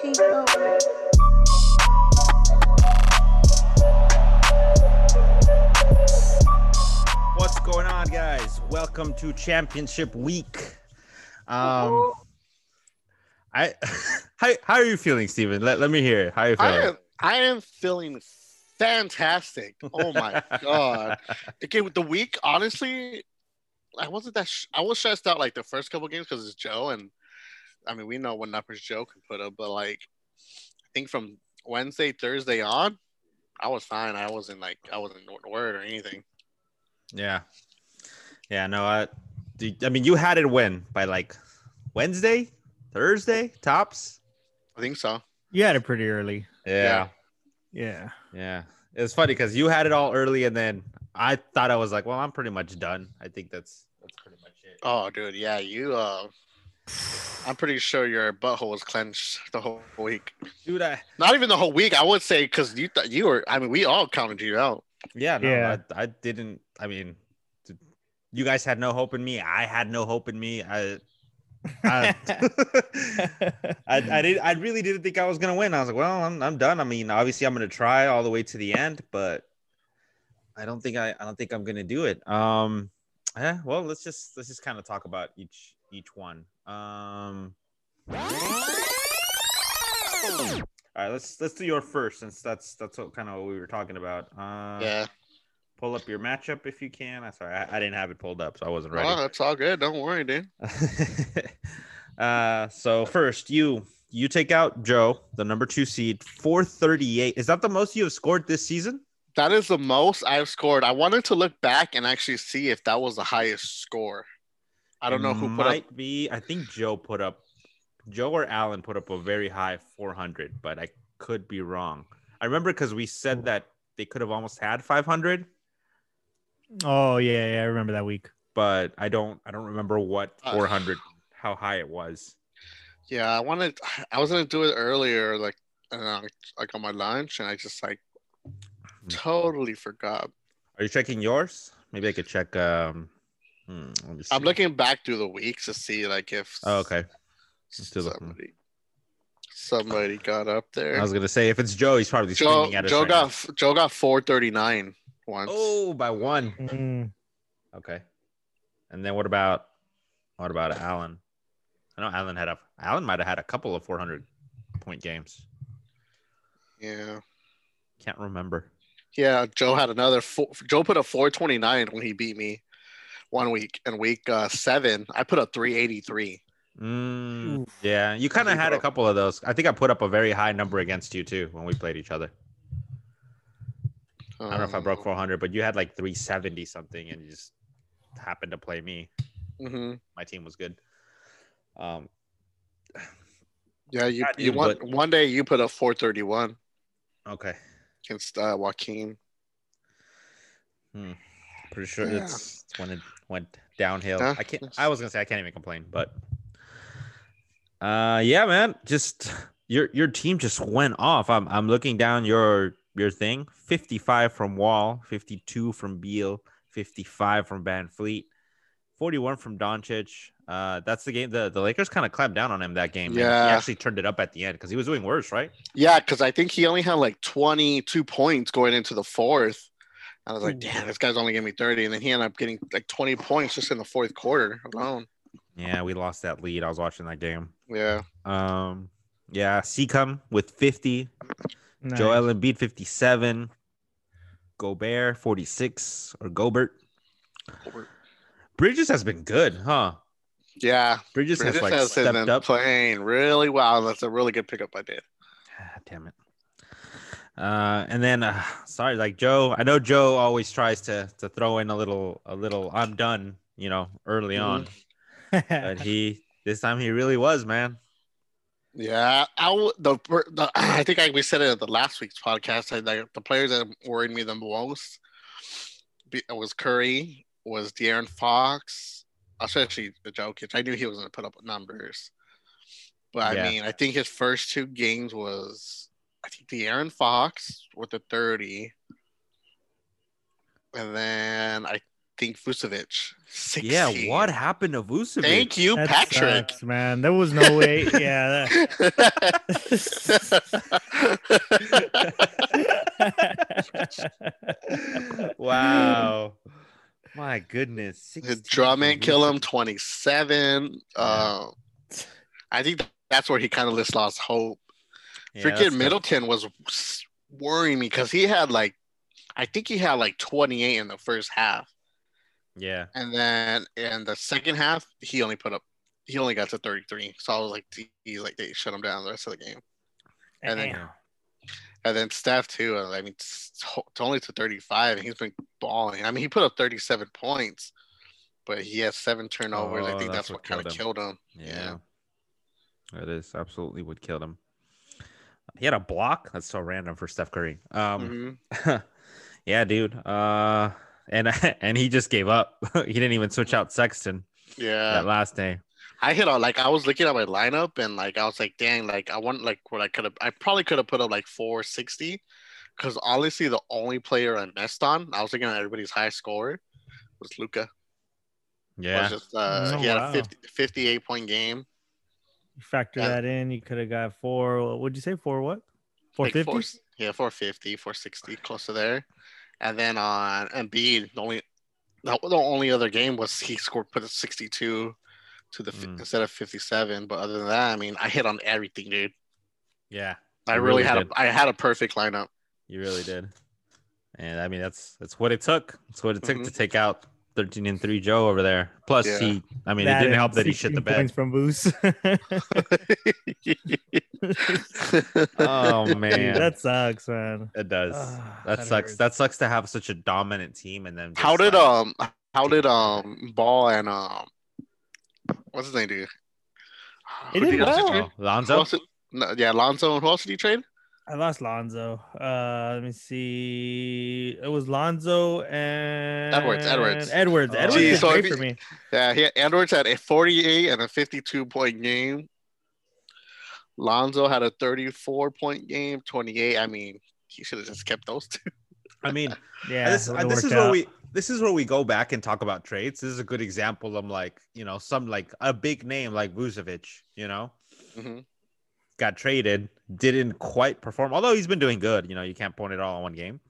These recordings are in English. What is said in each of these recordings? people. What's going on, guys? Welcome to Championship Week. Um, I how, how are you feeling, Steven? Let, let me hear. it. How are you I feeling? am I am feeling fantastic. Oh my god! Again with the week, honestly, I wasn't that. Sh- I was stressed out like the first couple games because it's Joe, and I mean we know what numbers Joe can put up, but like I think from Wednesday, Thursday on, I was fine. I wasn't like I wasn't worried or anything. Yeah, yeah. No, I. the- I mean, you had it win by like Wednesday, Thursday, tops. I think so. You had it pretty early. Yeah, Yeah. yeah. It's funny because you had it all early, and then I thought I was like, well, I'm pretty much done. I think that's that's pretty much it. Oh, dude, yeah, you. uh I'm pretty sure your butthole was clenched the whole week. Dude, I Not even the whole week, I would say, because you thought you were. I mean, we all counted you out. Yeah, no, Yeah. I, I didn't. I mean, th- you guys had no hope in me. I had no hope in me. I, I, I, I did. I really didn't think I was gonna win. I was like, well, I'm, I'm done. I mean, obviously, I'm gonna try all the way to the end, but I don't think I, I don't think I'm gonna do it. Um, yeah. Well, let's just let's just kind of talk about each each one. Um. All right, let's let's do your first since that's that's what kind of what we were talking about. Uh, Yeah. pull up your matchup if you can. I'm sorry, I, I didn't have it pulled up, so I wasn't Oh, ready. that's all good. Don't worry, dude. uh, so first, you you take out Joe, the number two seed, 438. Is that the most you have scored this season? That is the most I've scored. I wanted to look back and actually see if that was the highest score. I don't know who put might up. be. I think Joe put up Joe or Alan put up a very high 400, but I could be wrong. I remember because we said that they could have almost had 500, Oh yeah, yeah. I remember that week. but I don't I don't remember what Uh. 400 how high it was. Yeah, I wanted. I was gonna do it earlier, like uh, like on my lunch, and I just like totally forgot. Are you checking yours? Maybe I could check. Um, hmm, let me I'm see. looking back through the weeks to see like if Oh, okay. Let's do the- somebody somebody got up I there. was gonna say if it's Joe, he's probably Joe screaming at us. Joe right got now. f- Joe got 439 once. Oh, by one. Mm, Okay. And then what about what about Allen? I know Allen had a Allen might have had a couple of 400 point games. Yeah. Can't remember. Yeah, Joe had another four. Joe put a 429 when he beat me one week. And week uh, seven, I put a 383. Mm, yeah, you kind of Zero. had a couple of those. I think I put up a very high number against you too when we played each other. I don't know if I Oh. broke 400, but you had like 370 something, and you just happened to play me. hmm my team was good. Um, Yeah, you, Not you you, one, but- one day you put a 431 okay, against uh, Joaquin. Hmm. pretty sure Yeah. it's, it's when it went downhill. Yeah. I can't. I was gonna say I can't even complain, but uh, yeah, man, just your your team just went off. I'm I'm looking down your your thing. 55 from Wall, 52 from Beal, 55 from Van Fleet, 41 from Doncic. Uh, that's the game. The, the Lakers kind of clamped down on him that game. and Yeah. he actually turned it up at the end because he was doing worse, right? Yeah, because I think he only had like 22 points going into the fourth. I was like, damn, this guy's only giving me 30. And then he ended up getting like 20 points just in the fourth quarter alone. Yeah, we lost that lead. I was watching that game. Yeah. Um, yeah, Seacom with 50, Joel Embiid 57, Gobert 46, or Gobert. Bridges has been good, huh? Yeah. Bridges, Bridges has like has stepped been up. playing really well. That's a really good pickup I did. Ah, damn it. Uh, and then uh, sorry, like Joe, I know Joe always tries to to throw in a little a little I'm done, you know, early Mhm. on, but he this time he really was, man. Yeah, I w- the, per- the I think I, we said it at the last week's podcast. I, like, the players that worried me the most be, was Curry, was De'Aaron Fox, especially the Jokic. I knew he was going to put up numbers, but I Yeah. mean, I think his first two games was I think De'Aaron Fox with the thirty, and then I think Vucevic. 16. Yeah, what happened to Vucevic? Thank you, That Patrick. sucks, man. There was no way. Yeah. that- wow. My goodness. 16 Drummond for kill him Vucevic. 27. Uh, I think that's where he kind of just lost hope. Yeah, that's Freaking tough. Middleton was worrying me because he had like, I think he had like 28 in the first half. Yeah. And then in the second half, he only put up, he only got to 33. So I was like, he's like, they shut him down the rest of the game. And then- Damn. And then Steph too. uh, I mean, it's it's only to 35, and he's been balling. I mean, he put up 37 points, but he has seven turnovers. I Oh, think that's, that's what what kind of killed him. Yeah. That is absolutely what killed him. He had a block. That's so random for Steph Curry. Um, Mhm. yeah, dude. Uh, and and he just gave up. he didn't even switch out Sexton Yeah. that last day. I hit on like I was looking at my lineup and like I was like, dang, like I want like what I could have. I probably could have put up like 460, because honestly, the only player I messed on, I was looking at everybody's high scorer, was Luca. Yeah. Was just, uh, Oh, he had wow. a 50, 58 point game. You factor Yeah. that in. You could have got four. What'd you say? Four what? Four Like fifty. four- yeah, 450, 460, close to there. And then on Embiid, the only the, the only other game was he scored put a 62 to the fi Mm. instead of 57. But other than that, I mean, I hit on everything, dude. Yeah. I You really, really had did. a, I had a perfect lineup. You really did. And I mean that's that's what it took. That's what it took Mhm. to take out 13 and 3 Joe over there. Plus Yeah. he I mean it didn't help that he shit the bed. points from Boost. Oh man. that sucks, man. it does. Ah, that that sucks. hurts. That sucks to have such a dominant team and then how just, did like- um how did um Ball and um what's his name do? He Who did you guys well. trade? Oh, Who Lonzo? else did- no, yeah, Lonzo. and Who else did you trade? I lost Lonzo. Uh, let me see. It was Lonzo and Edwards. Edwards. Oh, Edwards Gee, did so great if for you- me. Yeah, he, Edwards had a 48 and a 52 point game. Lonzo had a 34 point game, 28. I mean, he should have just kept those two. I mean, Yeah, this, it uh, would've this is worked where out. we this is where we go back and talk about trades. This is a good example of like, you know, some like a big name like Vucevic, you know. Mhm. got traded, didn't quite perform, although he's been doing good. You know, you can't point it all on one game.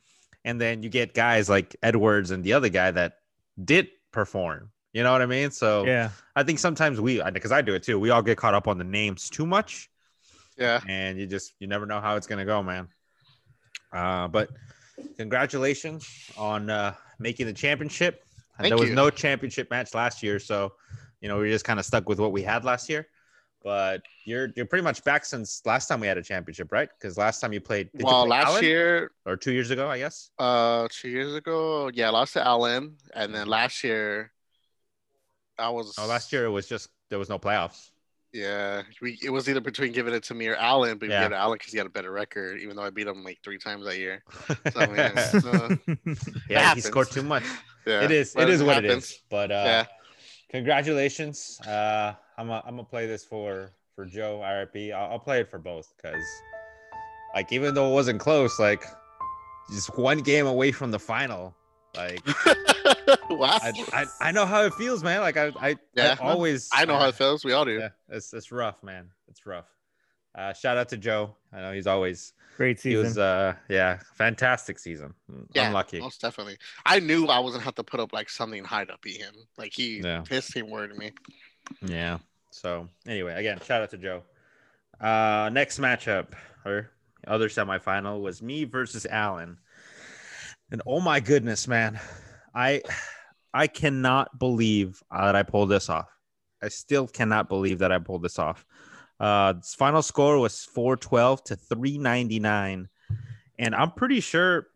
And then you get guys like Edwards and the other guy that did perform. You know what I mean? So Yeah, I think sometimes we, because I do it too, we all get caught up on the names too much, Yeah. and you just you never know how it's gonna go, man. Uh, but congratulations on uh, making the championship. And Thank there was you. no championship match last year, so you know we were just kind of stuck with what we had last year. But you're you're pretty much back since last time we had a championship, right? Because last time you played, did you Well, play last Allen? year, or two years ago, I guess. uh, two years ago, yeah, I lost to Allen. And then last year, I was. No, Oh, last year it was just there was no playoffs. Yeah. We, it was either between giving it to me or Allen, but Yeah. we gave it to Allen because he had a better record, even though I beat him like three times that year. So, I mean, it's, uh, yeah, he happens. scored too much. yeah. it is but it is what it happens. is but uh Yeah. congratulations uh i'm gonna I'm play this for for joe rip i'll, I'll play it for both because like even though it wasn't close like just one game away from the final like wow. I, I i know how it feels man like i i, Yeah. I always uh, I know how it feels. We all do. yeah it's, it's rough man it's rough uh shout out to joe i know he's always great he season. was uh yeah fantastic season Yeah, unlucky Most definitely. I knew I wasn't have to put up like something high to beat him. Like he Yeah. his team worried me. Yeah. So anyway, again, shout out to Joe. Uh next matchup or other semifinal was me versus Allen. And oh my goodness, man. I I cannot believe uh, that I pulled this off. I still cannot believe that I pulled this off. Uh this final score was 412 to 399. And I'm pretty sure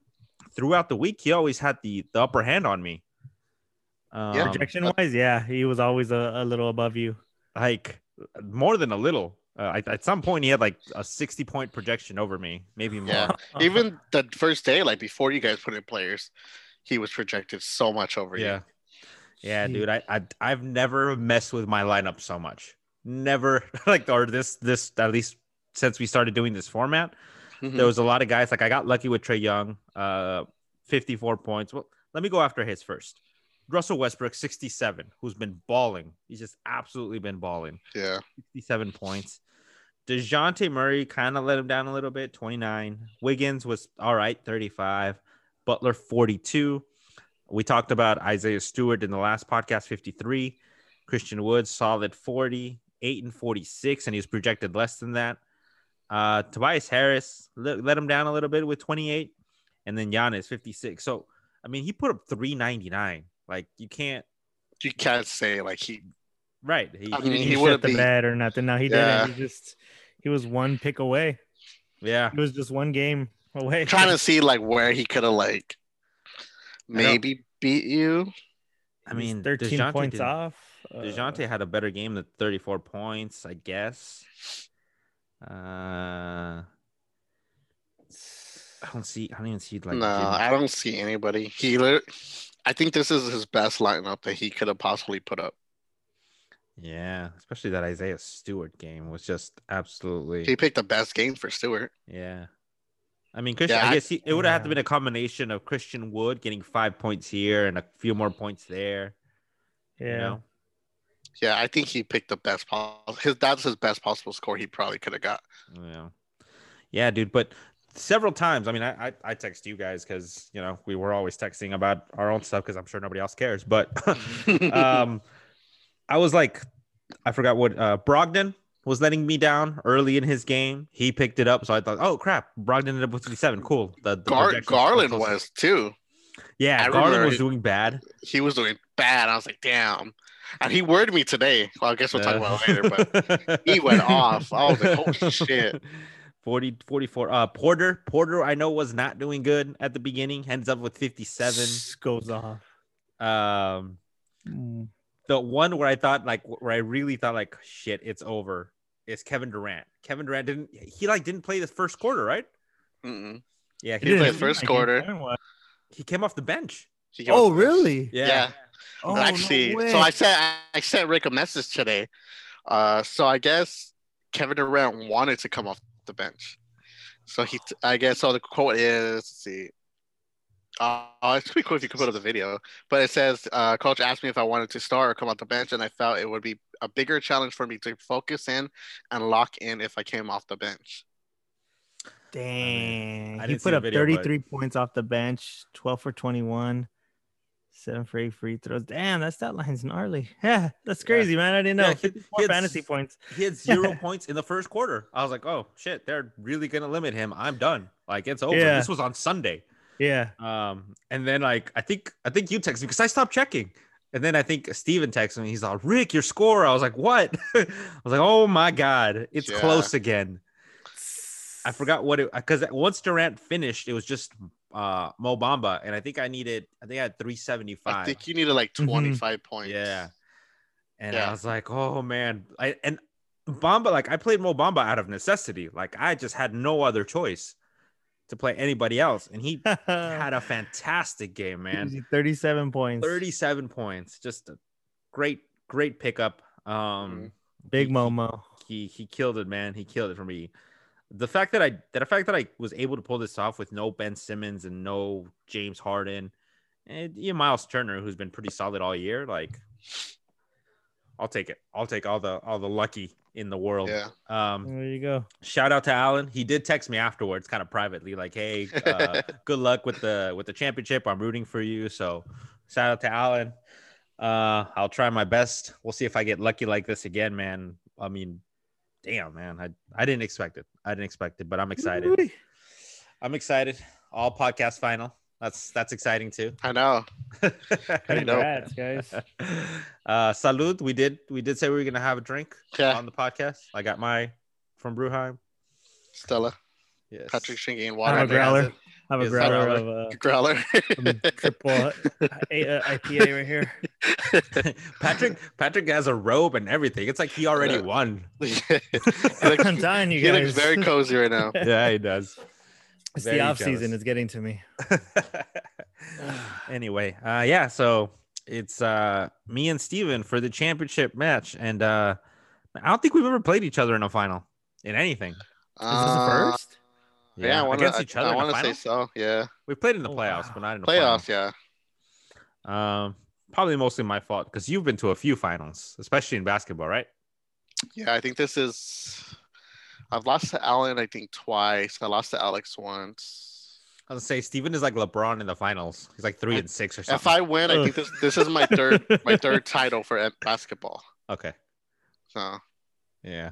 throughout the week he always had the the upper hand on me. Yeah. Um, Projection wise, yeah, he was always a, a little above you. like more than a little. Uh, I, at some point, he had like a sixty-point projection over me, maybe more. Yeah. Uh-huh. Even the first day, like before you guys put in players, he was projected so much over you. yeah, yeah, Jeez. dude. I, I I've never messed with my lineup so much. Never like or this this at least since we started doing this format. Mhm. There was a lot of guys like I got lucky with Trey Young, uh, fifty-four points. Well, let me go after his first. Russell Westbrook, 67, who's been balling. He's just absolutely been balling. Yeah. 67 points. DeJounte Murray kind of let him down a little bit, 29. Wiggins was all right, 35. Butler, 42. We talked about Isaiah Stewart in the last podcast, 53. Christian Woods, solid 40, 8 and 46, and he's projected less than that. Uh, Tobias Harris let, let him down a little bit with 28, and then Giannis, 56. So, I mean, he put up 399. Like, you can't, You can't say like he. right? He, I He mean, didn't he shit would've the been- bed or nothing. No, he Yeah. didn't. He just he was one pick away. yeah. It was just one game away. I'm trying to see like where he could have like don't- maybe beat you. I mean, thirteen DeJounte points didn't- off. Uh, DeJounte had a better game than 34 points, I guess. Uh, I Uh, don't see. I don't even see like. no, Jimmy- I don't see anybody. He, lit- I think this is his best lineup that he could have possibly put up. yeah, especially that Isaiah Stewart game was just absolutely. He picked the best game for Stewart. Yeah. I mean, Christian, Yeah, I I- guess he, it would have had to Yeah. been a combination of Christian Wood getting five points here and a few more points there. yeah. You know? Yeah, I think he picked the best possible. His that's his best possible score. He probably could have got. Yeah. Yeah, dude. But several times, I mean, I I, I text you guys because you know we were always texting about our own stuff because I'm sure nobody else cares. But Mm-hmm. um, I was like, I forgot what uh, Brogdon was letting me down early in his game. He picked it up, so I thought, oh crap, Brogdon ended up with 57. Cool. The, the Gar- projections- Garland was too. Yeah, I Garland remember was it. doing bad. He was doing bad. I was like, damn. And he worried me today. Well, I guess we'll talk about Uh, it later. But but he went off. I was like, holy shit. 40, 44. Uh, Porter, Porter, I know was not doing good at the beginning. Ends up with 57. goes off. Um, Mm. the one where I thought like where I really thought like shit, it's over is Kevin Durant. Kevin Durant didn't he like didn't play the first quarter, right? Mm-mm. Yeah, It he, didn't was- play didn't first seem like quarter. he was. he came off the bench. He goes- Oh really? Yeah. Yeah. Oh, no Actually, way. so I sent I sent Rick a message today. Uh, so I guess Kevin Durant wanted to come off the bench. So he, t- I guess, so the quote is, let's see. Uh, oh, it's pretty cool if you could put up the video. But it says, uh, Coach asked me if I wanted to start or come off the bench, and I felt it would be a bigger challenge for me to focus in and lock in if I came off the bench. Dang. I he didn't see put the up video, but- 33 points off the bench, 12 for 21, 7 for 8 free throws. Damn, that stat line's gnarly. Yeah, that's Yeah. crazy, man. I didn't know. Yeah, he- More he had fantasy s- points. He had zero points in the first quarter. I was like, oh shit, they're really gonna limit him. I'm done. Like it's over. Yeah. This was on Sunday. Yeah. Um, and then like I think I think you texted me because I stopped checking. And then I think Steven texted me. He's like, Rick, your score. I was like, what? I was like, oh my god, it's Yeah. close again. I forgot what it because once Durant finished, it was just uh Mo Bamba, and I think I needed I think I had three seventy I five. Mm-hmm. think you needed like Mhm. 25 points. Yeah. And I Yeah. was like, oh man, I and Bamba, like I played Mo Bamba out of necessity. Like I just had no other choice to play anybody else, and he Uh, had a fantastic game, man. Gives you 37 points. 37 points. Just a great, great pickup. Mm-hmm. Um, Big he- Momo. He he killed it, man. He killed it for me. The fact that I the fact that I was able to pull this off with no Ben Simmons and no James Harden and you know, Miles Turner, who's been pretty solid all year, like I'll take it. I'll take all the all the lucky in the world. Yeah. Um, There you go. shout out to Alan. He did text me afterwards, kind of privately, like, "Hey, uh, good luck with the with the championship. I'm rooting for you. So shout out to Alan. Uh, I'll try my best. We'll see if I get lucky like this again, man. I mean, damn, man. I, I didn't expect it. I didn't expect it, but I'm excited. Woo-wee. I'm excited. All podcast final. That's that's exciting too. I know. I know. Congrats, guys. Uh, salud. We did we did say we were gonna have a drink Yeah. on the podcast. I got my from Brewheim. Stella, Yes. Patrick Shingy, and I'm Water. a growler. I'm a Is growler that of uh, Growler. some triple uh, IPA right here. Patrick Patrick has a robe and everything. It's like he already Yeah. won. he looks, I'm dying, you he guys. looks very cozy right now. Yeah, he does. It's very the off jealous. season. It's getting to me. anyway, uh yeah, so it's uh me and Steven for the championship match and uh I don't think we've ever played each other in a final in anything. Is this the Uh, first? Yeah, I want against each to. other. I in a want to final? say so. Yeah, We've played in the Oh, playoffs, wow. but not in the playoffs. Yeah, Um probably mostly my fault because you've been to a few finals, especially in basketball, right? Yeah, I think this is. I've lost to Allen, I think, twice. I lost to Alex once. I was gonna say Steven is like LeBron in the finals. He's like three and six or If something. I win, I think this this is my third my third title for uh, basketball. okay. So Yeah.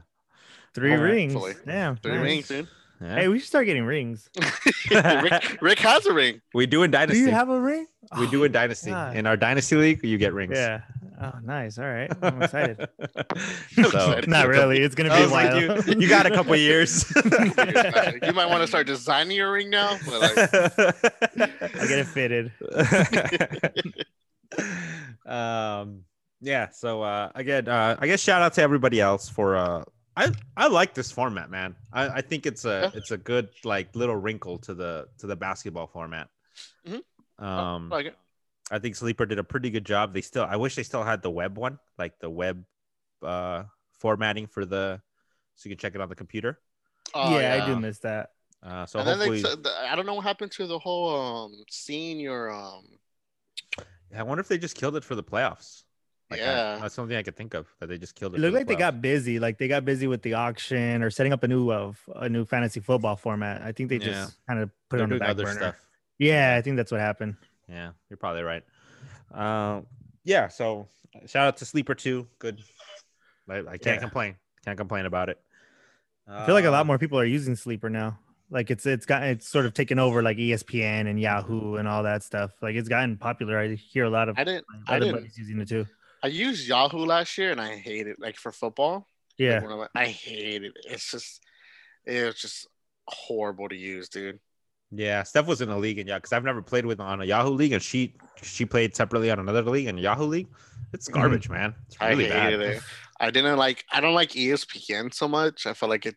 Three All right, rings. fully. Damn. three nice. rings, dude. yeah. Hey, we should start getting rings. Rick, Rick has a ring. we do in Do dynasty. you have a ring? we do in dynasty. Oh, God. In our dynasty league, you get rings. Yeah. Oh, nice. All right. I'm excited. so, Excited. Not really. It's gonna be Oh, a I was like, while. you, you got a couple years. you might want to start designing your ring now. But like, I get it fitted. um yeah so uh again uh i guess shout out to everybody else for uh i i like this format man i i think it's a it's a good like little wrinkle to the to the basketball format Mhm. um like, i think sleeper did a pretty good job they still i wish they still had the web one like the web uh formatting for the so you can check it on the computer oh, yeah, yeah. I do miss that. uh so and then they, hopefully said that- I don't know what happened to the whole um seeing your um. i wonder if they just killed it for the playoffs Like, I- Yeah. that's something i could think of that they just killed it, It for looked the like they playoffs. got busy. Like they got busy with the auction or setting up a new of a new fantasy football format. I think they just Yeah. kind of put They're it on the doing back other burner. stuff. Yeah, I think that's what happened. Yeah, you're probably right. Um, yeah. So shout out to Sleeper Two. Good. I, I can't Yeah. complain. Can't complain about it. I feel like a lot Um, more people are using Sleeper now. Like it's it's gotten it's sort of taken over like E ESPN and Yahoo and all that stuff. Like it's gotten popular. I hear a lot of I didn't. I other didn't- buddies using it too. I used Yahoo last year and I hate it. Like for football, like, Yeah. when I'm- I hate it. It's just, it's just horrible to use, dude. Yeah, Steph was in a league and yeah, because I've never played with on a Yahoo league, and she she played separately on another league and Yahoo league. It's garbage, man. It's Mm-hmm. I really hated bad. it. I didn't like. I don't like E ESPN so much. I felt like it.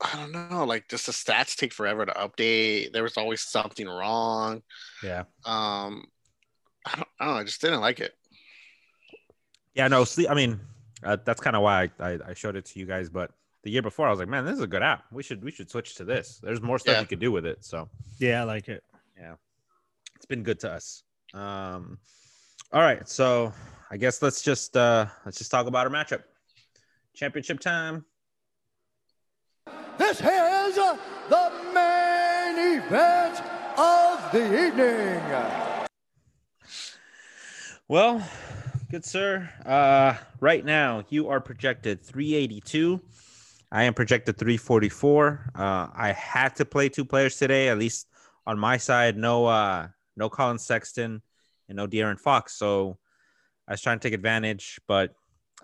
I don't know. Like just the stats take forever to update. There was always something wrong. Yeah. Um, I don't, I don't know. I just didn't like it. Yeah. No. Sleep. I mean, uh, that's kind of why I, I I showed it to you guys, but. The year before, I was like, "Man, this is a good app. We should we should switch to this. There's more stuff Yeah. you could do with it." So, Yeah, I like it. it's been good to us. Um, all right, so I guess let's just uh, let's just talk about our matchup. Championship time. This is the main event of the evening. Well, good sir. Uh, right now you are projected 382. I am projected 344. Uh, I had to play two players today, at least on my side. No, uh, no Colin Sexton and no De'Aaron Fox. So I was trying to take advantage, but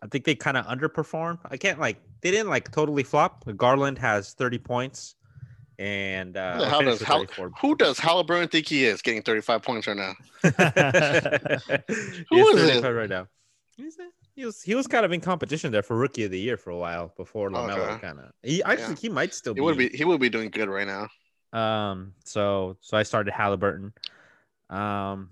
I think they kind of underperformed. I can't like they didn't like totally flop. Garland has 30 points, and uh, Who the I hell finished does with Hal- 34. Who does Halliburton think he is getting 35 points right now? He Who is thirty it? five right now. He's a- He was he was kind of in competition there for rookie of the year for a while before Lamelo Okay. kind of. He I Yeah. think he might still He would be he would be doing good right now. Um. So so I started Halliburton. Um.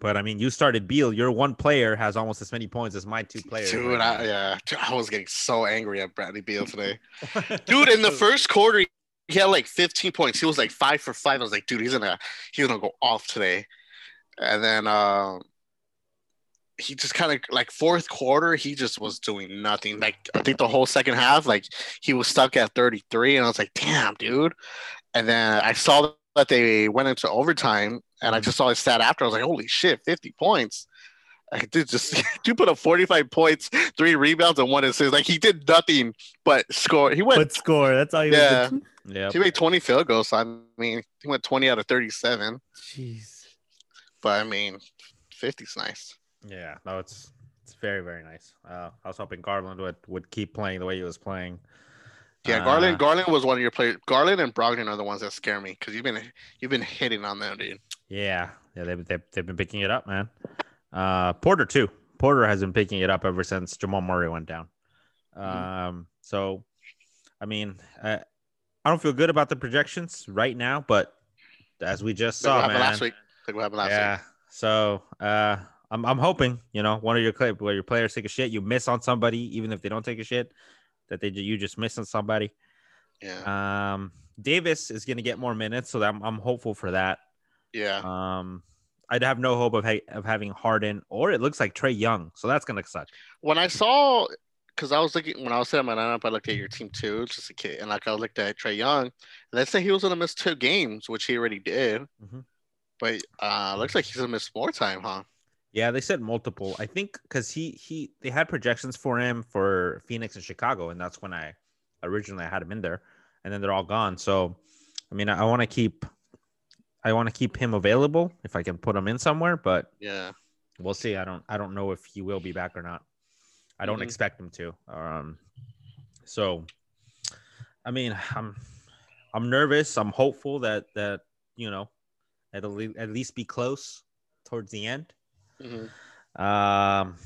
But I mean, you started Beal. Your one player has almost as many points as my two players. Dude, right I, now. yeah, Dude, I was getting so angry at Bradley Beal today. Dude, in the first quarter, he had like 15 points. He was like five for five. I was like, dude, he's gonna he's gonna go off today. And then um, he just kind of like fourth quarter, he just was doing nothing. Like I think the whole second half, like he was stuck at 33, and I was like, damn, dude. And then I saw that they went into overtime, and I just saw his stat after. I was like, holy shit, 50 points. I did just dude put up 45 points, three rebounds, and one assist. Like he did nothing but score. He went But score. That's all you Yeah. yeah. he made 20 field goals. So, I mean, he went 20 out of 37. Jeez. But I mean, 50's nice. Yeah, no, it's it's very very nice. Uh, I was hoping Garland would would keep playing the way he was playing. Yeah, Uh, Garland. Garland was one of your players. Garland and Brogdon are the ones that scare me because you've been you've been hitting on them, dude. Yeah, yeah, they've, they've, they've been picking it up, man. Uh, Porter too. Porter has been picking it up ever since Jamal Murray went down. Mm-hmm. Um, so, I mean, uh, I don't feel good about the projections right now, but as we just Like saw, what happened man, last week. Like what happened last yeah. week. So, uh, I'm I'm hoping you know one of your clip where your players take a shit, you miss on somebody, even if they don't take a shit, that they ju- you just miss on somebody. Yeah, Um, Davis is gonna get more minutes, so I'm I'm hopeful for that. yeah. Um, I'd have no hope of ha- of having Harden or it looks like Trey Young. So that's gonna suck. when I saw, because I was looking when I was setting my lineup, I looked at your team too, just a kid, and like I looked at Trey Young. Let's say he was gonna miss two games, which he already did, Mhm. but uh looks like he's gonna miss more time, huh? Yeah, they said multiple. I think because he he they had projections for him for Phoenix and Chicago, and that's when I originally I had him in there, and then they're all gone. So, I mean, I, want to keep, I want to keep him available if I can put him in somewhere, but Yeah, we'll see. I don't I don't know if he will be back or not. I don't Mhm. expect him to. Um, so, I mean, I'm I'm nervous. I'm hopeful that that you know, at least at least be close towards the end. Mhm. Um,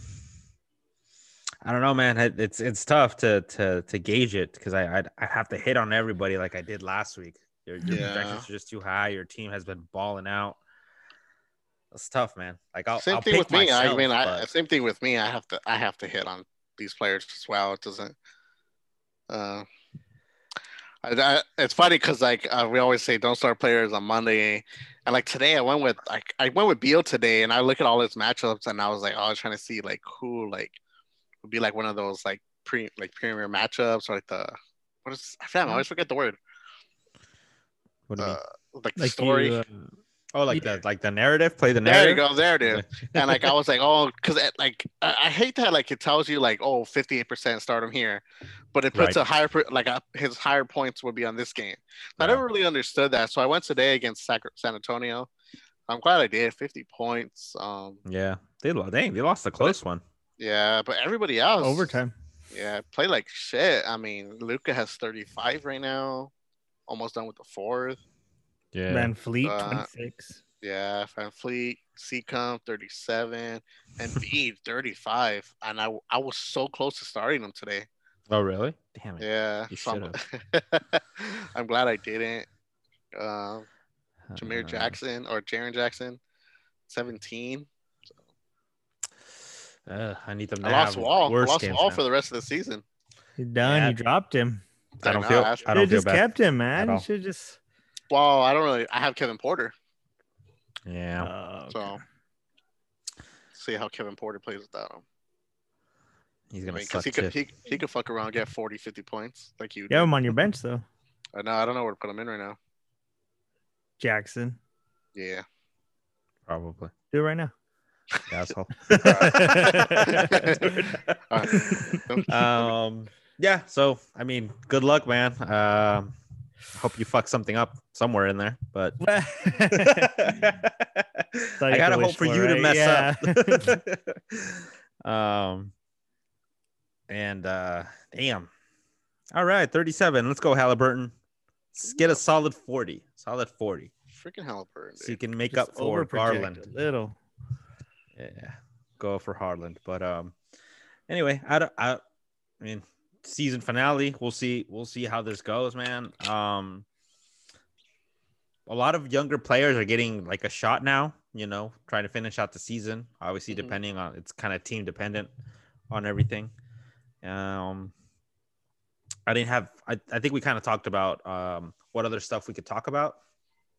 I don't know, man. It- It's it's tough to to to gauge it because I I'd, I have to hit on everybody like I did last week. Your, your Yeah. projections are just too high. Your team has been balling out. That's tough, man. Like I'll, same I'll thing pick with me. I myself, mean, I but- same thing with me. I have to I have to hit on these players as well. It doesn't. Uh, I, I- it's funny because like uh, we always say, don't start players on Monday, and like today I went with like I went with Beal today, and I look at all his matchups, and I was like, oh, I was trying to see like who like would be like one of those like pre like premier matchups or like the what is I Hmm. forgot I always forget the word uh, what do you mean? like the Like story. You, uh, oh, like the like the narrative. Play the There you narrative. go. There it is. And like I was like, oh, because like I, I hate that like it tells you like oh 58 percent start him here, but it puts Right. a higher per- like uh, his higher points would be on this game. I Yeah. never really understood that, so I went today against Sac- San Antonio. I'm glad I did 50 points. Um, Yeah, they lost. Dang, they lost the close one. yeah, but everybody else overtime. Yeah, play like shit. I mean, Luca has 35 right now, almost done with the fourth. Yeah, Ran Fleet Uh, 26. Yeah, Van Fleet, Seacom, 37, and Bede, 35. And I, I was so close to starting him today. Oh, really? Damn it. Yeah. You so I'm, I'm glad I didn't. Um, Jameer Uh, Jackson or Jaron Jackson, 17. uh, I need them. I to lost have Wall. I worse lost games Wall now. for the rest of the season. You're done. Yeah. You dropped him. I don't Nah, feel. I I You don't feel just bad. kept him, man. all. You should just. Well, I don't really. I have Kevin Porter. Yeah. Uh, Oh, So okay. see how Kevin Porter plays without him. He's I gonna mean, suck because he too. could, he, he could fuck around and get 40, 50 points like you you. have did. him on your bench though, I know. I don't know where to put him in right now. Jackson. Yeah. probably. Do it right now. Asshole. Alright. um. Yeah. So I mean, good luck, man. Um. hope you fuck something up somewhere in there, but I you gotta could hope wish for for, you to right? mess up. um. And uh, damn. All right, thirty-seven. Let's go, Halliburton. Let's get a solid forty. Solid forty, Freaking Halliburton. so you Dude. can make Just up for overproject Garland. a little. Yeah, go for Harland. But um, anyway, I don't. I, I mean, season finale. We'll see. We'll see how this goes, man. Um, a lot of younger players are getting like a shot now. You know, trying to finish out the season. Obviously, Mhm. depending on it's kind of team dependent on everything. Um, I didn't have. I, I think we kind of talked about um what other stuff we could talk about.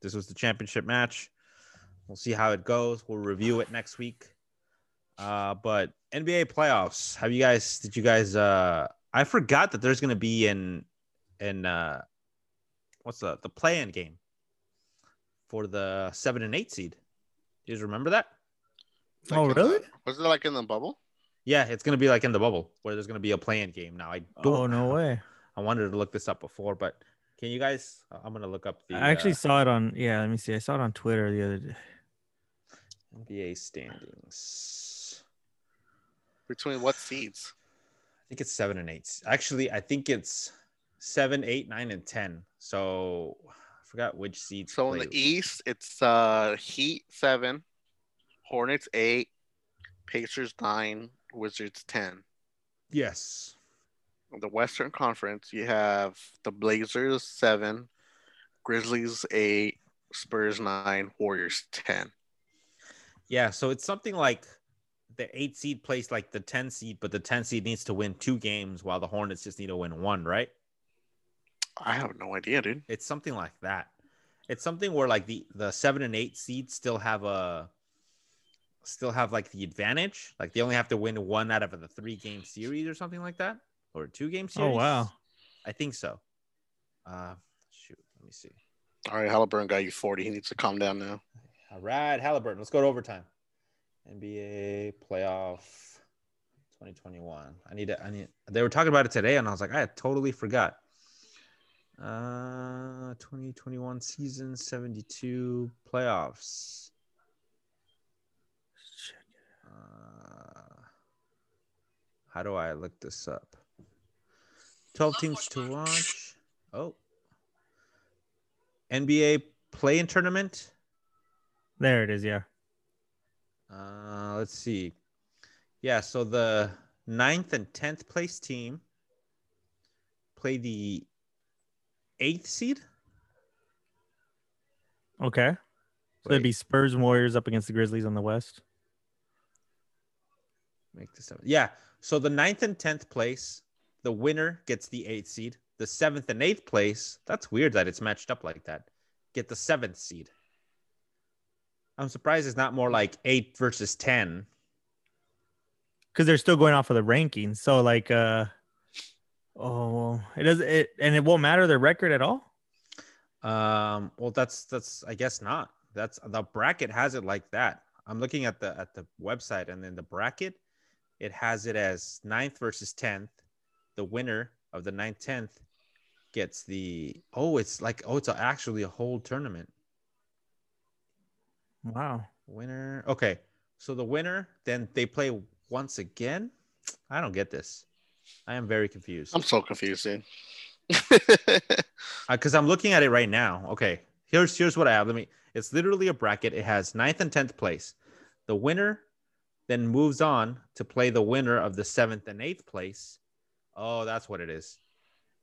This was the championship match. We'll see how it goes. We'll review it next week. Uh, but NBA playoffs. Have you guys? Did you guys? Uh, I forgot that there's gonna be an an uh, what's the the play-in game for the seven and eight seed. You guys remember that? Like Oh, in really? the- was it like in the bubble? Yeah, it's gonna be like in the bubble where there's gonna be a play-in game. Now I don't. Oh no way! I wanted to look this up before, but can you guys? I'm gonna look up the I actually uh, saw it on. Yeah, let me see. I saw it on Twitter the other day. NBA standings. Between what seeds? I think it's seven and eight. Actually, I think it's seven, eight, nine, and ten. So I forgot which seeds. So in the played. East, it's uh Heat seven, Hornets eight, Pacers nine, Wizards ten. Yes. In the Western Conference, you have the Blazers seven, Grizzlies eight, Spurs nine, Warriors ten. Yeah. So it's something like the eight seed plays like the ten seed, but the ten seed needs to win two games, while the Hornets just need to win one, right? I have no idea, dude. It's something like that. It's something where like the the seven and eight seeds still have a still have like the advantage. Like they only have to win one out of the three game series or something like that, or two game Oh series. wow. I think so. Uh, shoot, let me see. All right, Halliburton got you 40. He needs to calm down now. All right, Halliburton, let's go to overtime. NBA playoff 2021. I need to, I need, they were talking about it today, and I was like, I had totally forgot. Uh, 2021 season 72 playoffs. Uh, how do I look this up? 12 teams to watch. Oh, NBA play in tournament. There it is. Yeah. Uh, let's see. Yeah, so the ninth and tenth place team play the eighth seed. Okay. So it'd be Spurs and Warriors up against the Grizzlies on the West. Wait, make this up. Yeah, so the ninth and tenth place, the winner gets the eighth seed. The seventh and eighth place. That's weird that it's matched up like that. Get the seventh seed. I'm surprised it's not more like eight versus ten. because they're still going off of the rankings. So like, uh, oh, it does it, and it won't matter their record at all. Um, well, that's that's I guess not. That's the bracket has it like that. I'm looking at the at the website, and then the bracket, it has it as ninth versus tenth. The winner of the ninth tenth gets the oh, it's like oh, it's actually a whole tournament Wow. winner. Okay, so the winner then they play once again. I don't get this. I am very confused. I'm so confused, dude. because Uh, I'm looking at it right now. Okay, here's here's what I have. Let me. It's literally a bracket. It has ninth and tenth place. The winner then moves on to play the winner of the seventh and eighth place. Oh, that's what it is.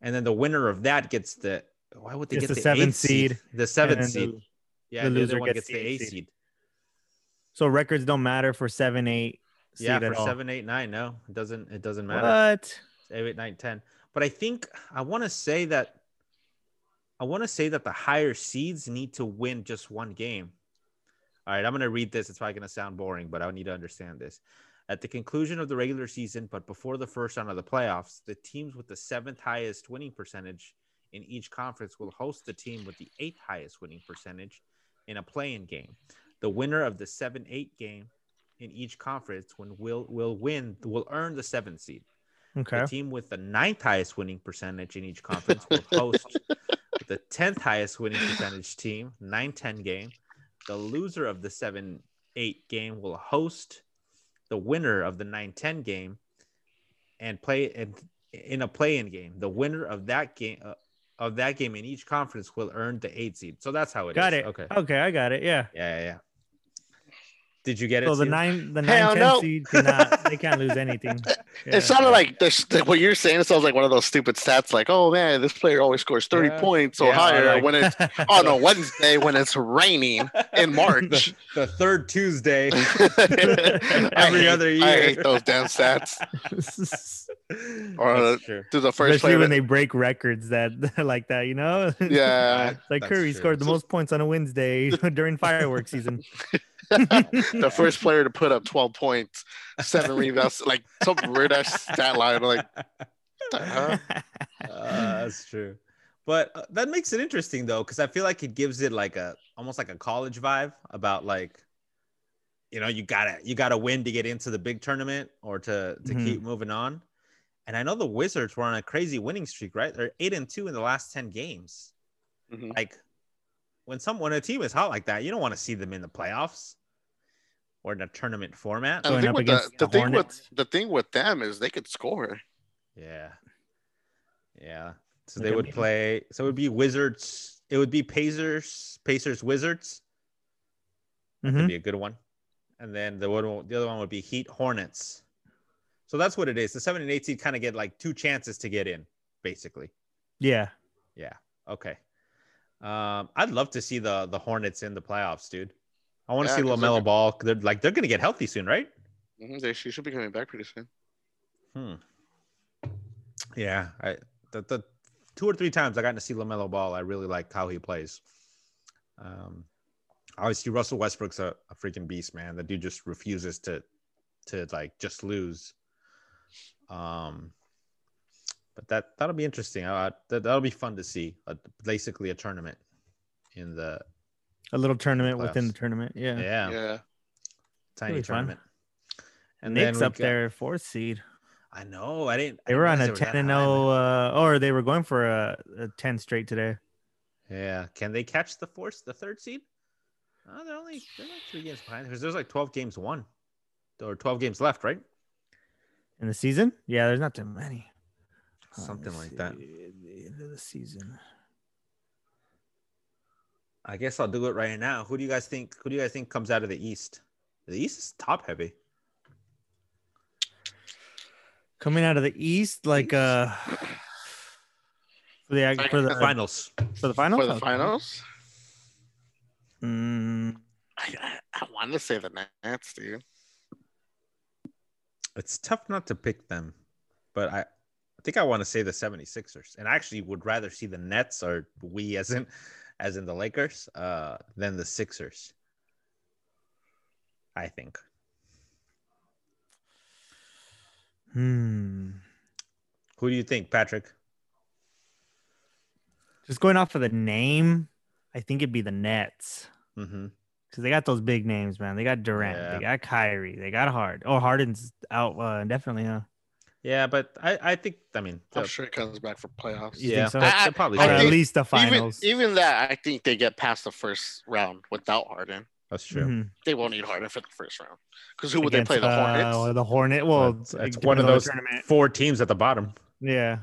And then the winner of that gets the. Why would they It's get the the, seventh eighth seed? seed, The seventh And uh, then seed. the- yeah, the the loser other one gets gets the the eighth eighth seed. seed. so records don't matter for seven, eight. Seed Yeah, at for all. seven, eight, nine. No, it doesn't. It doesn't matter. What? eight, eight, nine, ten. But I think I want to say that I want to say that the higher seeds need to win just one game. All right, I'm going to read this. It's probably going to sound boring, but I need to understand this. At the conclusion of the regular season, but before the first round of the playoffs, the teams with the seventh highest winning percentage in each conference will host the team with the eighth highest winning percentage in a play-in game. The winner of the seven-eight game in each conference when will will win will earn the seventh seed. Okay. The team with the ninth highest winning percentage in each conference will host the tenth highest winning percentage team, 9-10 game. The loser of the 7-8 game will host the winner of the 9-10 game and play and in a play-in game. The winner of that game uh, of that game in each conference will earn the eight seed. So that's how it is. Got it. Okay. Okay. I got it. Yeah. Yeah, yeah, yeah. Did you get it? So the Steven? nine, the Hell nine, ten no. seed cannot. they can't lose anything. Yeah. It sounded like this, what you're saying. It sounds like one of those stupid stats, like, "Oh man, this player always scores 30 Yeah. points or Yeah, higher like- when it's oh, on a Oh, Wednesday when it's raining in March." the third Tuesday. Every other I year. hate those damn stats. Or, uh, That's true. To the first Especially player, when that- they break records that like that, you know. yeah, like That's Curry true. scored the most points on a Wednesday during fireworks season. the first player to put up 12 points, seven rebounds, like some weird ass stat line. Like, what the hell? Uh-huh. Uh, that's true. But uh, that makes it interesting though, because I feel like it gives it like a almost like a college vibe about like, you know, you gotta you gotta win to get into the big tournament or to to Mhm. keep moving on. And I know the Wizards were on a crazy winning streak, right? They're eight and two in the last ten games. Mhm. Like when some when a team is hot like that, you don't want to see them in the playoffs or in a tournament format. Going And the thing up with against the, the the thing with Hornets. the thing with them is they could score. Yeah. Yeah. So Look they at would me. play. So it would be Wizards. It would be Pacers, Pacers, Wizards. That'd Mhm. be a good one. And then the one, the other one would be Heat, Hornets. So that's what it is. The seven and eight seed kind of get like two chances to get in, basically. Yeah. Okay. Um, I'd love to see the the Hornets in the playoffs, dude. I want to Yeah, see 'cause they're Lamelo good. Ball. They're like they're gonna get healthy soon, right? Mhm, They she should be coming back pretty soon. Hmm. Yeah, I the, the two or three times I got to see Lamelo Ball, I really like how he plays. Um, obviously Russell Westbrook's a, a freaking beast, man. The dude just refuses to to like just lose. Um, but that that'll be interesting. Uh, that that'll be fun to see. Uh, basically, a tournament in the a little tournament within the Class. tournament. Yeah. yeah, yeah. tiny It'll be fun. tournament. And And then Knicks we up got- there, fourth seed. I know. I didn't. They I didn't were on realize a they were that ten and high, man. zero, uh, or they were going for a, a ten straight today. Yeah, can they catch the force, the third seed? Oh, they're only they're like three games behind because there's like twelve games won, or twelve games left, right? in the season. Yeah, there's not too many. Uh, Something let's like that. see, at The end of the season. I guess I'll do it right now. Who do you guys think? Who do you guys think comes out of the East? The East is top heavy. Coming out of the East, like uh, for the for the final Finals. for the final For the finals, Mm, I, I, I want to say the Nets, dude. It's tough not to pick them, but I, I think I want to say the 76ers. And I actually would rather see the Nets or we as in as in the Lakers uh than the Sixers. I think. hmm. Who do you think, Patrick? Just going off of the name, I think it'd be the Nets Mm-hmm. because they got those big names, man. They got Durant, they got Kyrie, they got Hard. Oh, Harden's out uh, indefinitely, huh? Yeah, but I, I think I mean I'm the- sure it comes back for playoffs. You yeah, think so? they'll- I- they'll probably Or I do at it. think- least the Even, finals. even that, I think they get past the first round without Harden. that's true. Mhm. They won't need Harden for the first round because who would they Against, play? The uh, Hornets. the Hornet. Well, it's, it it's depends one of on the those tournament. four teams at the bottom. Yeah.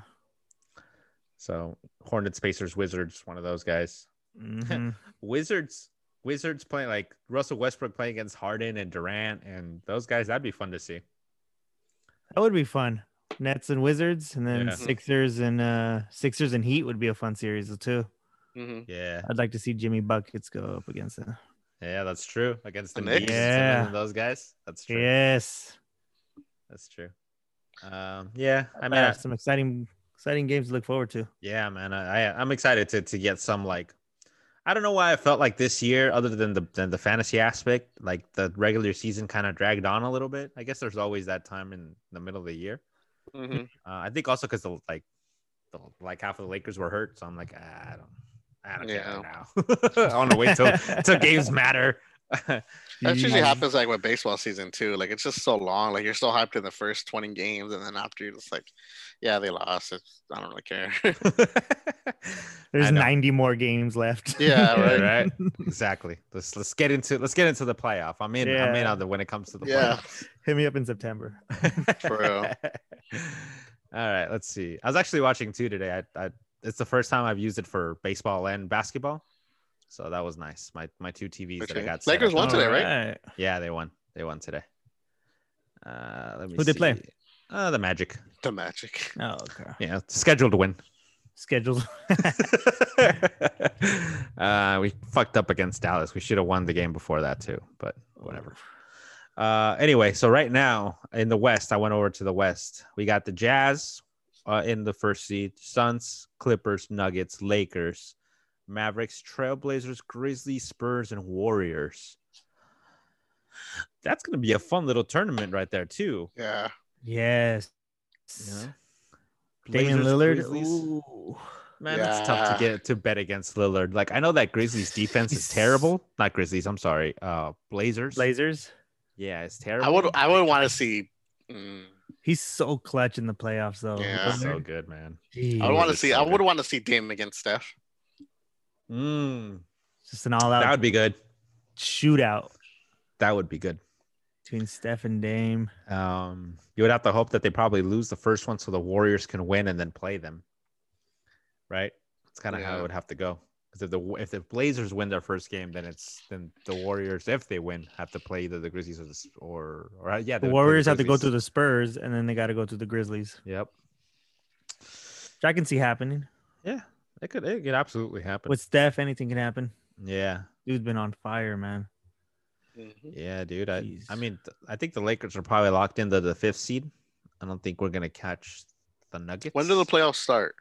So Hornets, Pacers, Wizards, one of those guys. Mhm. Wizards, Wizards playing like Russell Westbrook playing against Harden and Durant and those guys. That'd be fun to see. That would be fun. Nets and Wizards, and then Yeah. Sixers and uh Sixers and Heat would be a fun series too. Mhm. Yeah, I'd like to see Jimmy Buckets go up against them. yeah, that's true. Against the The Knicks? Knicks, Yeah. and those guys. That's true. Yes, That's true. Um, yeah, I mean, Uh, I- some exciting, exciting games to look forward to. Yeah, man, I I- I'm excited to to get some like I don't know why I felt like this year, other than the than the fantasy aspect, like the regular season kind of dragged on a little bit. I guess there's always that time in the middle of the year. Mhm. Uh, I think also because the like the like half of the Lakers were hurt, so I'm like "Ah, I don't I don't Yeah. care now. I want to wait till till games matter. That usually Yeah. happens like with baseball season too. Like it's just so long. Like you're so hyped in the first 20 games, and then after you're just like, yeah, they lost. It's, I don't really care. There's I know. 90 more games left. yeah, Yeah, right. right. exactly. Let's let's get into let's get into the playoff. I'm in. I'm in Yeah. on the when it comes to the Yeah. playoff. Hit me up in September. True. All right, let's see. I was actually watching two today. I, I it's the first time I've used it for baseball and basketball, so that was nice. My my two TVs that I Okay. got. set Lakers up. won today, right? Yeah, they won. They won today. Uh, let me Who'd they play? see. Uh, the Magic. The Magic. Oh, okay. Yeah, scheduled to win. Scheduled. uh, we fucked up against Dallas. We should have won the game before that too, but whatever. Uh, anyway, so right now in the West, I went over to the West. We got the Jazz uh, in the first seed, Suns, Clippers, Nuggets, Lakers, Mavericks, Trailblazers, Grizzlies, Spurs, and Warriors. That's gonna be a fun little tournament right there too. Yeah. Yes. You know? Damian Blazers, Lillard. Grizzlies. Ooh. Man, it's tough to Yeah. get to bet against Lillard. Like I know that Grizzlies defense is terrible. Not Grizzlies, I'm sorry. Uh Blazers. Blazers. yeah, it's terrible. I would. I would want to see. Mm, He's so clutch in the playoffs, though. Yeah. It's so good, man. I Jeez. would want to it's see. so I good. would want to see Dame against Steph. Mm, Just an all-out that would be good. shootout That would be good. between Steph and Dame. Um you would have to hope that they probably lose the first one so the Warriors can win and then play them. Right? It's kind of how Yeah. it would have to go. Because if the if the Blazers win their first game, then it's then the Warriors, if they win, have to play either the Grizzlies or the, S- or or yeah, The Warriors have to go through through the Spurs, and then they got to go through the Grizzlies, Yep. which I can see happening. Yeah, it could it could absolutely happen. With Steph, anything can happen. yeah, Dude's been on fire, man. yeah, dude. I I Jeez. mean, th- I think the Lakers are probably locked into the fifth seed. I don't think we're gonna catch the Nuggets. uh, When do the playoffs start?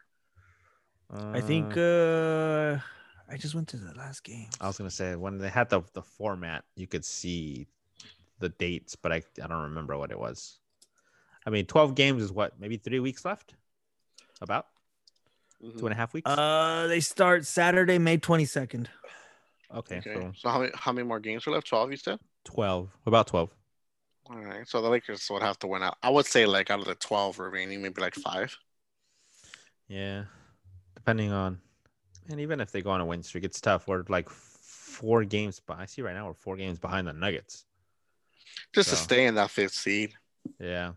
I think uh I just went to the last game. I was gonna say when they had the the format, you could see the dates, but I I don't remember what it was. I mean, twelve games is what maybe three weeks left, about Mhm. two and a half weeks. Uh, they start Saturday, May twenty second. okay, Okay. so So how many how many more games are left? Twelve, you said. twelve, about twelve. All right. So the Lakers would have to win out. I would say like out of the twelve remaining, maybe like five. Yeah, depending on, and even if they go on a win streak, it's tough. We're like four games, but I see right now we're four games behind the Nuggets. Just to So. stay in that fifth seed. Yeah,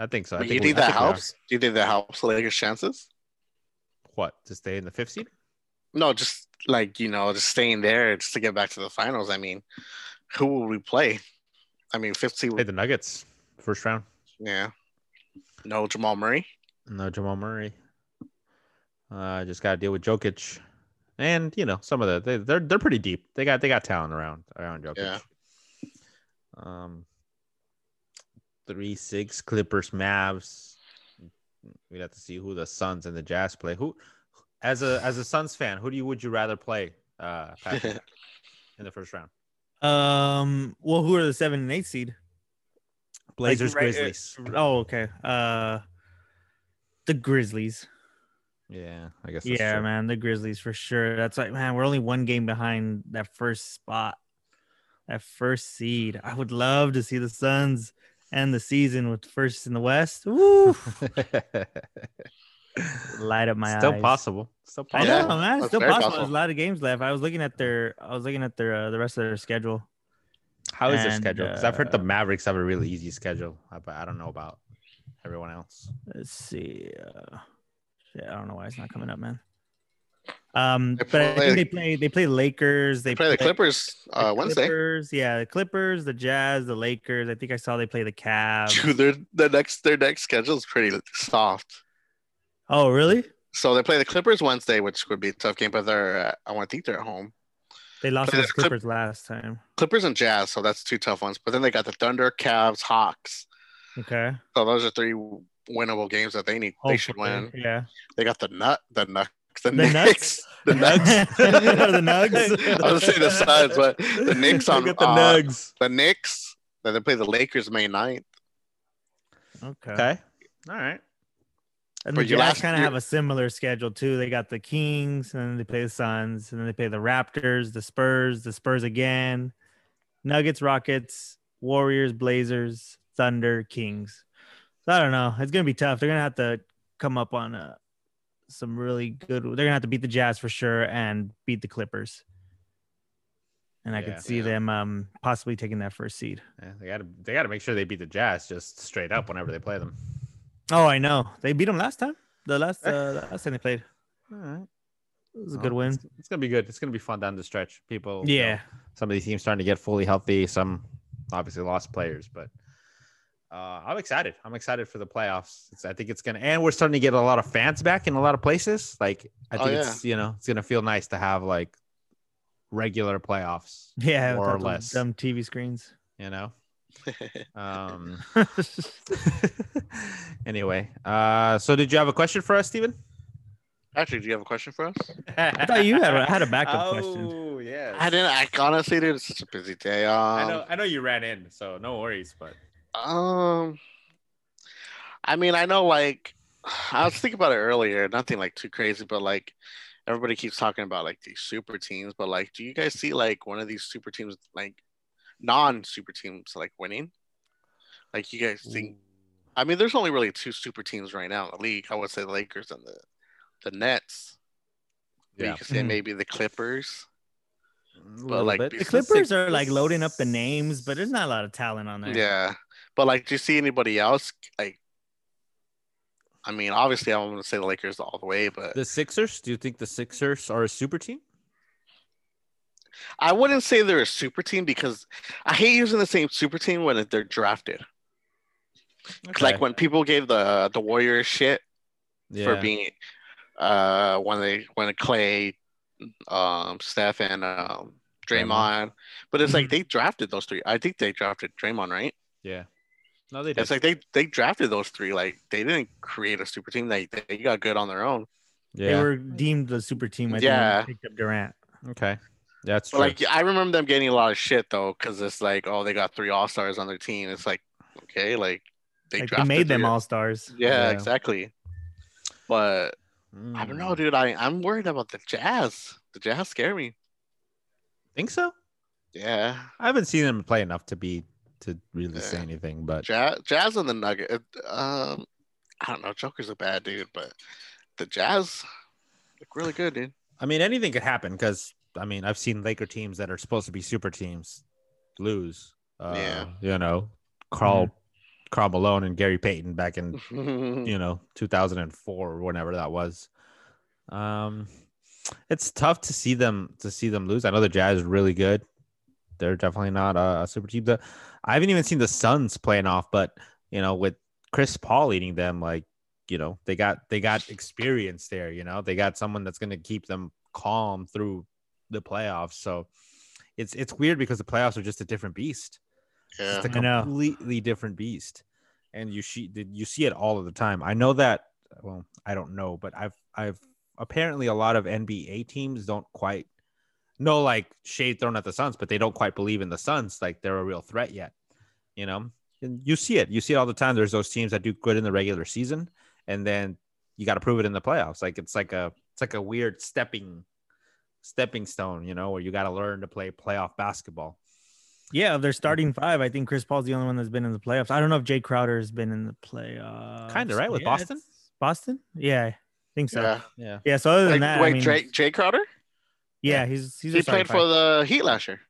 I think so. I But think you we- think I that think we are. helps? Do you think that helps the Lakers' chances? What to stay in the fifth seed? No, just like you know, just staying there just to get back to the finals. I mean, who will we play? I mean, fifth seed. Play the Nuggets first round. Yeah. No Jamal Murray. No Jamal Murray. Uh, just got to deal with Jokic, and you know some of the they, they're they're pretty deep. They got they got talent around around Jokic. Yeah. Um, three six Clippers Mavs. We'd have to see who the Suns and the Jazz play. Who, as a as a Suns fan, who do you would you rather play? Uh, Patrick, in the first round, Um, well, who are the seven and eight seed? Like, Blazers right- Grizzlies. Oh, okay. Uh, the Grizzlies. Yeah, I guess. that's Yeah, true. man, the Grizzlies for sure. That's like, man, we're only one game behind that first spot, that first seed. I would love to see the Suns end the season with first in the West. Woo! Light up my Still eyes. possible. Still I possible. know, Yeah, man. It's that's still very possible. possible. There's a lot of games left. I was looking at their, I was looking at their, uh, the rest of their schedule. How is their And, schedule? Because I've heard the uh, Mavericks have a really easy schedule, I- but I don't know about everyone else. Let's see. Uh, shit, I don't know why it's not coming up, man. Um, They but I play- think they play, they play Lakers. They, They play the Clippers the uh, Wednesday. Clippers, yeah, the Clippers, the Jazz, the Lakers. I think I saw they play the Cavs. Dude, their the next their next schedule is pretty soft. Oh, really? So they play the Clippers Wednesday, which would be a tough game, but they're uh, I want to think they're at home. They lost to Play the the Clip- Clippers last time. Clippers and Jazz, so that's two tough ones. But then they got the Thunder, Cavs, Hawks. Okay. So those are three winnable games that they need. They should Hopefully, win. Yeah. They got the nut, the Nucks, the, Oh, The Knicks, the Nucks. Or the Nugs. I was gonna say the Suns, but the Knicks on They the, got the uh, Nugs. the Knicks. Then they play the Lakers May 9th. Okay. Okay. All right. And But the you Jazz asked- kind of you- have a similar schedule too. They got the Kings, and then they play the Suns, and then they play the Raptors, the Spurs, the Spurs again, Nuggets, Rockets, Warriors, Blazers, Thunder, Kings. So I don't know. It's gonna be tough. They're gonna have to come up on uh, some really good. They're gonna have to beat the Jazz for sure, and beat the Clippers. And I Yeah. could see Yeah. them um, possibly taking that first seed. Yeah, they gotta they gotta make sure they beat the Jazz just straight up whenever they play them. Oh, I know. They beat them last time. The last uh, the last time they played, All right. it Oh, was a good win. It's, it's gonna be good. It's gonna be fun down the stretch. People you know, Yeah. some of these teams starting to get fully healthy. Some obviously lost players, but uh, I'm excited. I'm excited for the playoffs. It's, I think it's gonna, and we're starting to get a lot of fans back in a lot of places. Like I Oh, think it's you know it's gonna feel nice to have like regular playoffs, Yeah, more without or those less. Dumb TV screens. You know. Um. I anyway, uh, so did you have a question for us, Steven? Actually, do you have a question for us? I thought you had. I had a backup question. Oh yeah. I didn't. I honestly did. It's such a busy day. Um, I know. I know you ran in, so no worries. But Um, I mean, I know, like, I was thinking about it earlier. Nothing like too crazy, but like, everybody keeps talking about like these super teams. But like, do you guys see like one of these super teams, like non-super teams, like winning? Like, you guys think? I mean, there's only really two super teams right now in the league. I would say the Lakers and the the Nets. Yeah. yeah, You could say Mhm. maybe the Clippers. Little like, bit. the The Clippers are like loading up the names, but there's not a lot of talent on there. Yeah, but like, do you see anybody else? Like, I mean, obviously, I'm going to say the Lakers all the way, but The Sixers? Do you think the Sixers are a super team? I wouldn't say they're a super team because I hate using the same super team when they're drafted. 'Cause, Like when people gave the the Warriors shit for being uh when they when Clay, um, Steph, and um, Draymond. Draymond. but it's like they drafted those three. I think they drafted Draymond, right? yeah. No, they did. It's like they they drafted those three. Like they didn't create a super team. They they got good on their own. They Yeah. were deemed the super team. I Yeah. think, when they picked up Durant. okay. That's But true. like I remember them getting a lot of shit though, because it's like, oh, they got three all stars on their team. It's like, okay, like they, Like, they drafted made them three- all stars. Yeah, Yeah. exactly. But I don't know, Mm. dude. I I'm worried about the Jazz. The Jazz scare me. Mm. Think so? Yeah, I haven't seen him play enough to be to really say Yeah. anything, but Jazz, Jazz and the Nugget. uh, Um, I don't know. Joker's a bad dude, but the Jazz look really good, dude. I mean anything could happen because I mean I've seen Laker teams that are supposed to be super teams lose. Uh, Yeah. You know, Carl Mm-hmm. Carl Malone and Gary Payton back in Mm-hmm. you know 2004 or whenever that was um it's tough to see them to see them lose i know the jazz are really good they're definitely not a, a super team the, i haven't even seen the suns playing off but you know with chris paul leading them like you know they got they got experience there you know they got someone that's going to keep them calm through the playoffs so it's it's weird because the playoffs are just a different beast yeah. it's a I know. completely different beast, and you see you see it all of the time. I know that. Well, I don't know, but I've I've apparently a lot of NBA teams don't quite no like shade thrown at the Suns, but they don't quite believe in the Suns like they're a real threat yet. You know, and you see it. You see it all the time. There's those teams that do good in the regular season, and then you got to prove it in the playoffs. Like it's like a it's like a weird stepping stepping stone, you know, where you got to learn to play playoff basketball. Yeah, of their starting five, I think Chris Paul's the only one that's been in the playoffs. I don't know if Jay Crowder has been in the playoffs. Kinda, right, with Um, Yeah, Boston? it's- Boston? Yeah, I think so. Yeah. yeah. Yeah. so other than Like, that, wait, I mean, Jay, Jay Crowder? yeah, he's he's a He starting played for five. the Heat last year.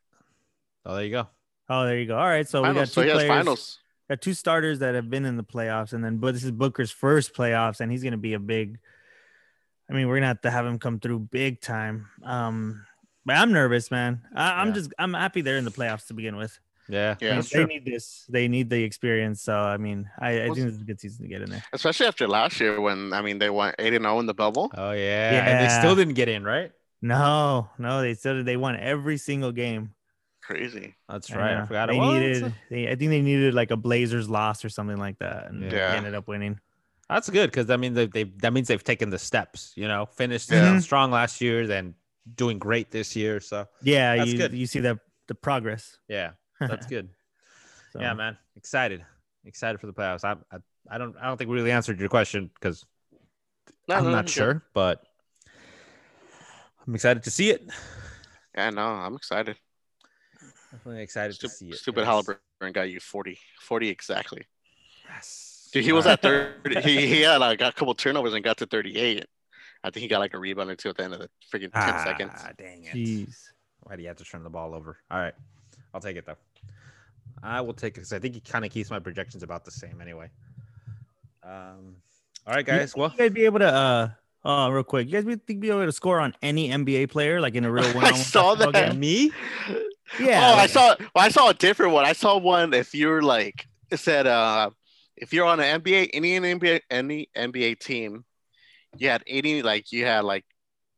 Oh, there you go. Oh, there you go. All right, so we got Finals. two So he has players, finals. got two starters that have been in the playoffs, and then but this is Booker's first playoffs, and he's gonna be a big. I mean, we're gonna have to have him come through big time. Um, but I'm nervous, man. I, I'm Yeah. just I'm happy they're in the playoffs to begin with. Yeah. I mean, Yeah. they need this. They need the experience. So I mean, I, I What's- think it's a good season to get in there. Especially after last year when I mean they went eight and zero in the bubble. Oh yeah. And they still Yeah. didn't get in, right? No, no, they said they won every single game. Crazy. That's I right. I, know. forgot. They Well, that's needed. They, I think they needed like a Blazers loss or something like that, and Yeah. they ended up winning. That's good because I mean they they that means they've taken the steps. You know, finished Yeah. strong last year, then doing great this year. So Yeah, That's you good. you see the the progress. yeah, that's good. So, Yeah, man. Excited. Excited for the playoffs. I, I I don't I don't think we really answered your question because No, no, I'm no, not no. sure, but I'm excited to see it. Yeah, no, I'm excited. Definitely excited Stu- to see it. stupid Yes. Halliburton got you 40, 40 exactly. Yes. Dude, he was Wow. at 30. He, he had like, got a couple turnovers and got to 38. I think he got like a rebound or two at the end of the freaking 10 ah, seconds. Dang it. Jeez. Why do you have to turn the ball over? All right. I'll take it though. I will take it because I think he kind of keeps my projections about the same anyway. Um, all right, You- guys. Well, you guys be able to uh uh real quick. You guys be, think be able to score on any NBA player like in a real one? saw that. me? Yeah. oh, I like- saw. Well, I saw a different one. I saw one. If you're like, it said, uh, if you're on an NBA, any NBA, any NBA team, you had eighty, like you had like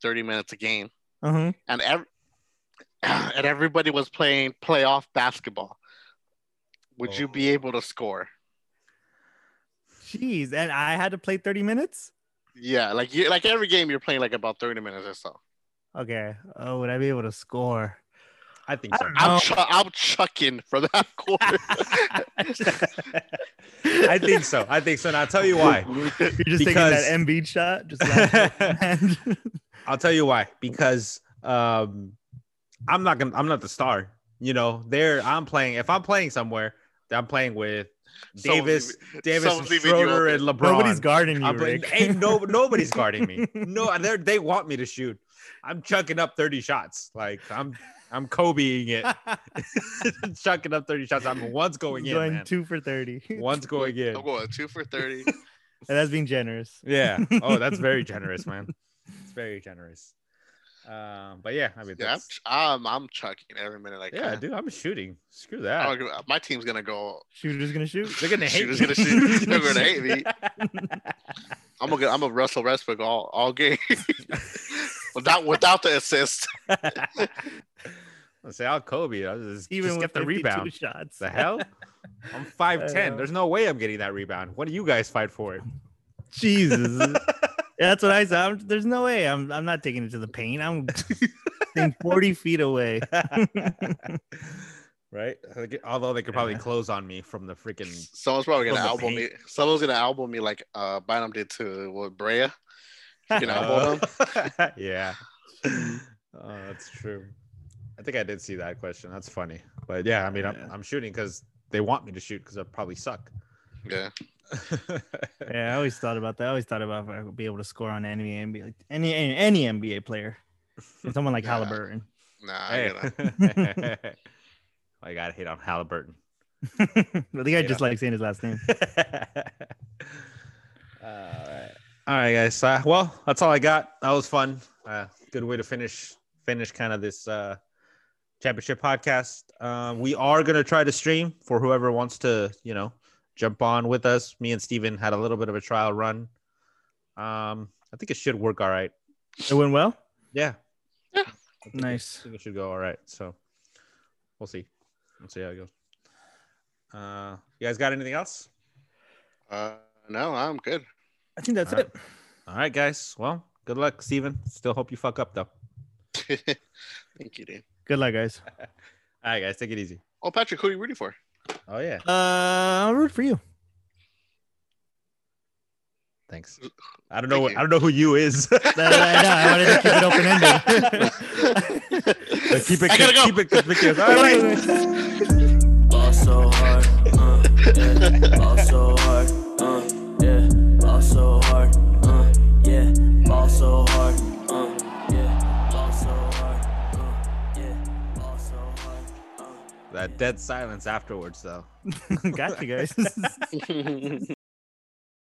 thirty minutes a game, Uh-huh. and ev- and everybody was playing playoff basketball. Would you be Oh. able to score? Jeez, and I had to play thirty minutes. Yeah, like you, like every game you're playing like about thirty minutes or so. Okay. Oh, would I be able to score? I think so. I I'm No. chu- I'm chucking for that quarter. I think so. I think so. And I'll tell you why. You're just Because- taking that Embiid shot. Just last minute. I'll tell you why. Because um, I'm not gonna. I'm not the star. You know, there. I'm playing. If I'm playing somewhere, I'm playing with Davis, Davis, and someone's leaving you Schroeder, open. and LeBron. nobody's guarding you. I'm playing- Rick. Uh, ain't no nobody's guarding me. No, they they want me to shoot. I'm chucking up 30 shots. Like I'm I'm Kobeing it. chucking up 30 shots. I'm one's going in. going man. two for thirty. and One's going in. I'm going two for thirty. that's being generous. Yeah. Oh, that's very generous, man. It's very generous. Um, but yeah, I mean Yeah, I'm, that's ch- I'm, I'm chucking every minute I can. yeah, dude. I'm shooting. Screw I that. don't give- my team's gonna go. Shooter's gonna shoot. They're gonna hate Shooter's me. gonna shoot. They're gonna hate me. I'm gonna, I'm gonna Russell Westbrook all, all game without, without the assist. Let's say I'll Kobe. I'll just, Even just with get the 52 rebound. shots. The hell? I'm five ten. know. There's no way I'm getting that rebound. What do you guys fight for it? Jesus. That's what I said. I'm, there's no way. I'm I'm not taking it to the paint. I'm staying 40 feet away. right? I think- Although they could probably close on me from the freaking. Someone's probably gonna From the album me. paint. Someone's gonna album me like uh Bynum did to what Brea. You know, Uh, album him. yeah. Oh, that's true. I think I did see that question. That's funny. But yeah, I mean, I'm, Yeah. I'm shooting because they want me to shoot because I probably suck. Yeah. Yeah, I always thought about that. I always thought about if I would be able to score on any NBA, like any any, any NBA player, and someone like Yeah. Halliburton. Nah, I Hey. get it. I got hit on Halliburton. I think I Yeah. just like saying his last name. All right. All right, guys. Uh, well, that's all I got. That was fun. Uh, good way to finish finish kind of this uh, championship podcast. Uh, we are gonna try to stream for whoever wants to, you know, jump on with us. Me and Steven had a little bit of a trial run. Um, I think it should work all right. It went well. Yeah. Yeah. I think it- Nice. I think it should go all right. So we'll see. We'll see how it goes. Uh, you guys got anything else? Uh, no, I'm good. I think that's All right. it. All right, guys. Well, good luck, Steven. Still hope you fuck up, though. Thank you, dude. Good luck, guys. All right, guys. Take it easy. Oh, Patrick, who are you rooting for? Oh, yeah. Uh, I'll root for you. Thanks. I don't know. Thank What, you. I don't know who you is. I, I wanted to keep it open ended. keep it. I gotta go. Keep it conspicuous. All right. Ball so hard, uh, yeah. Ball so hard, uh, yeah. Ball so hard, uh, yeah. Ball so hard, uh, yeah. Ball so hard, uh, yeah. Ball so hard, uh. that dead silence afterwards, though. Got you guys.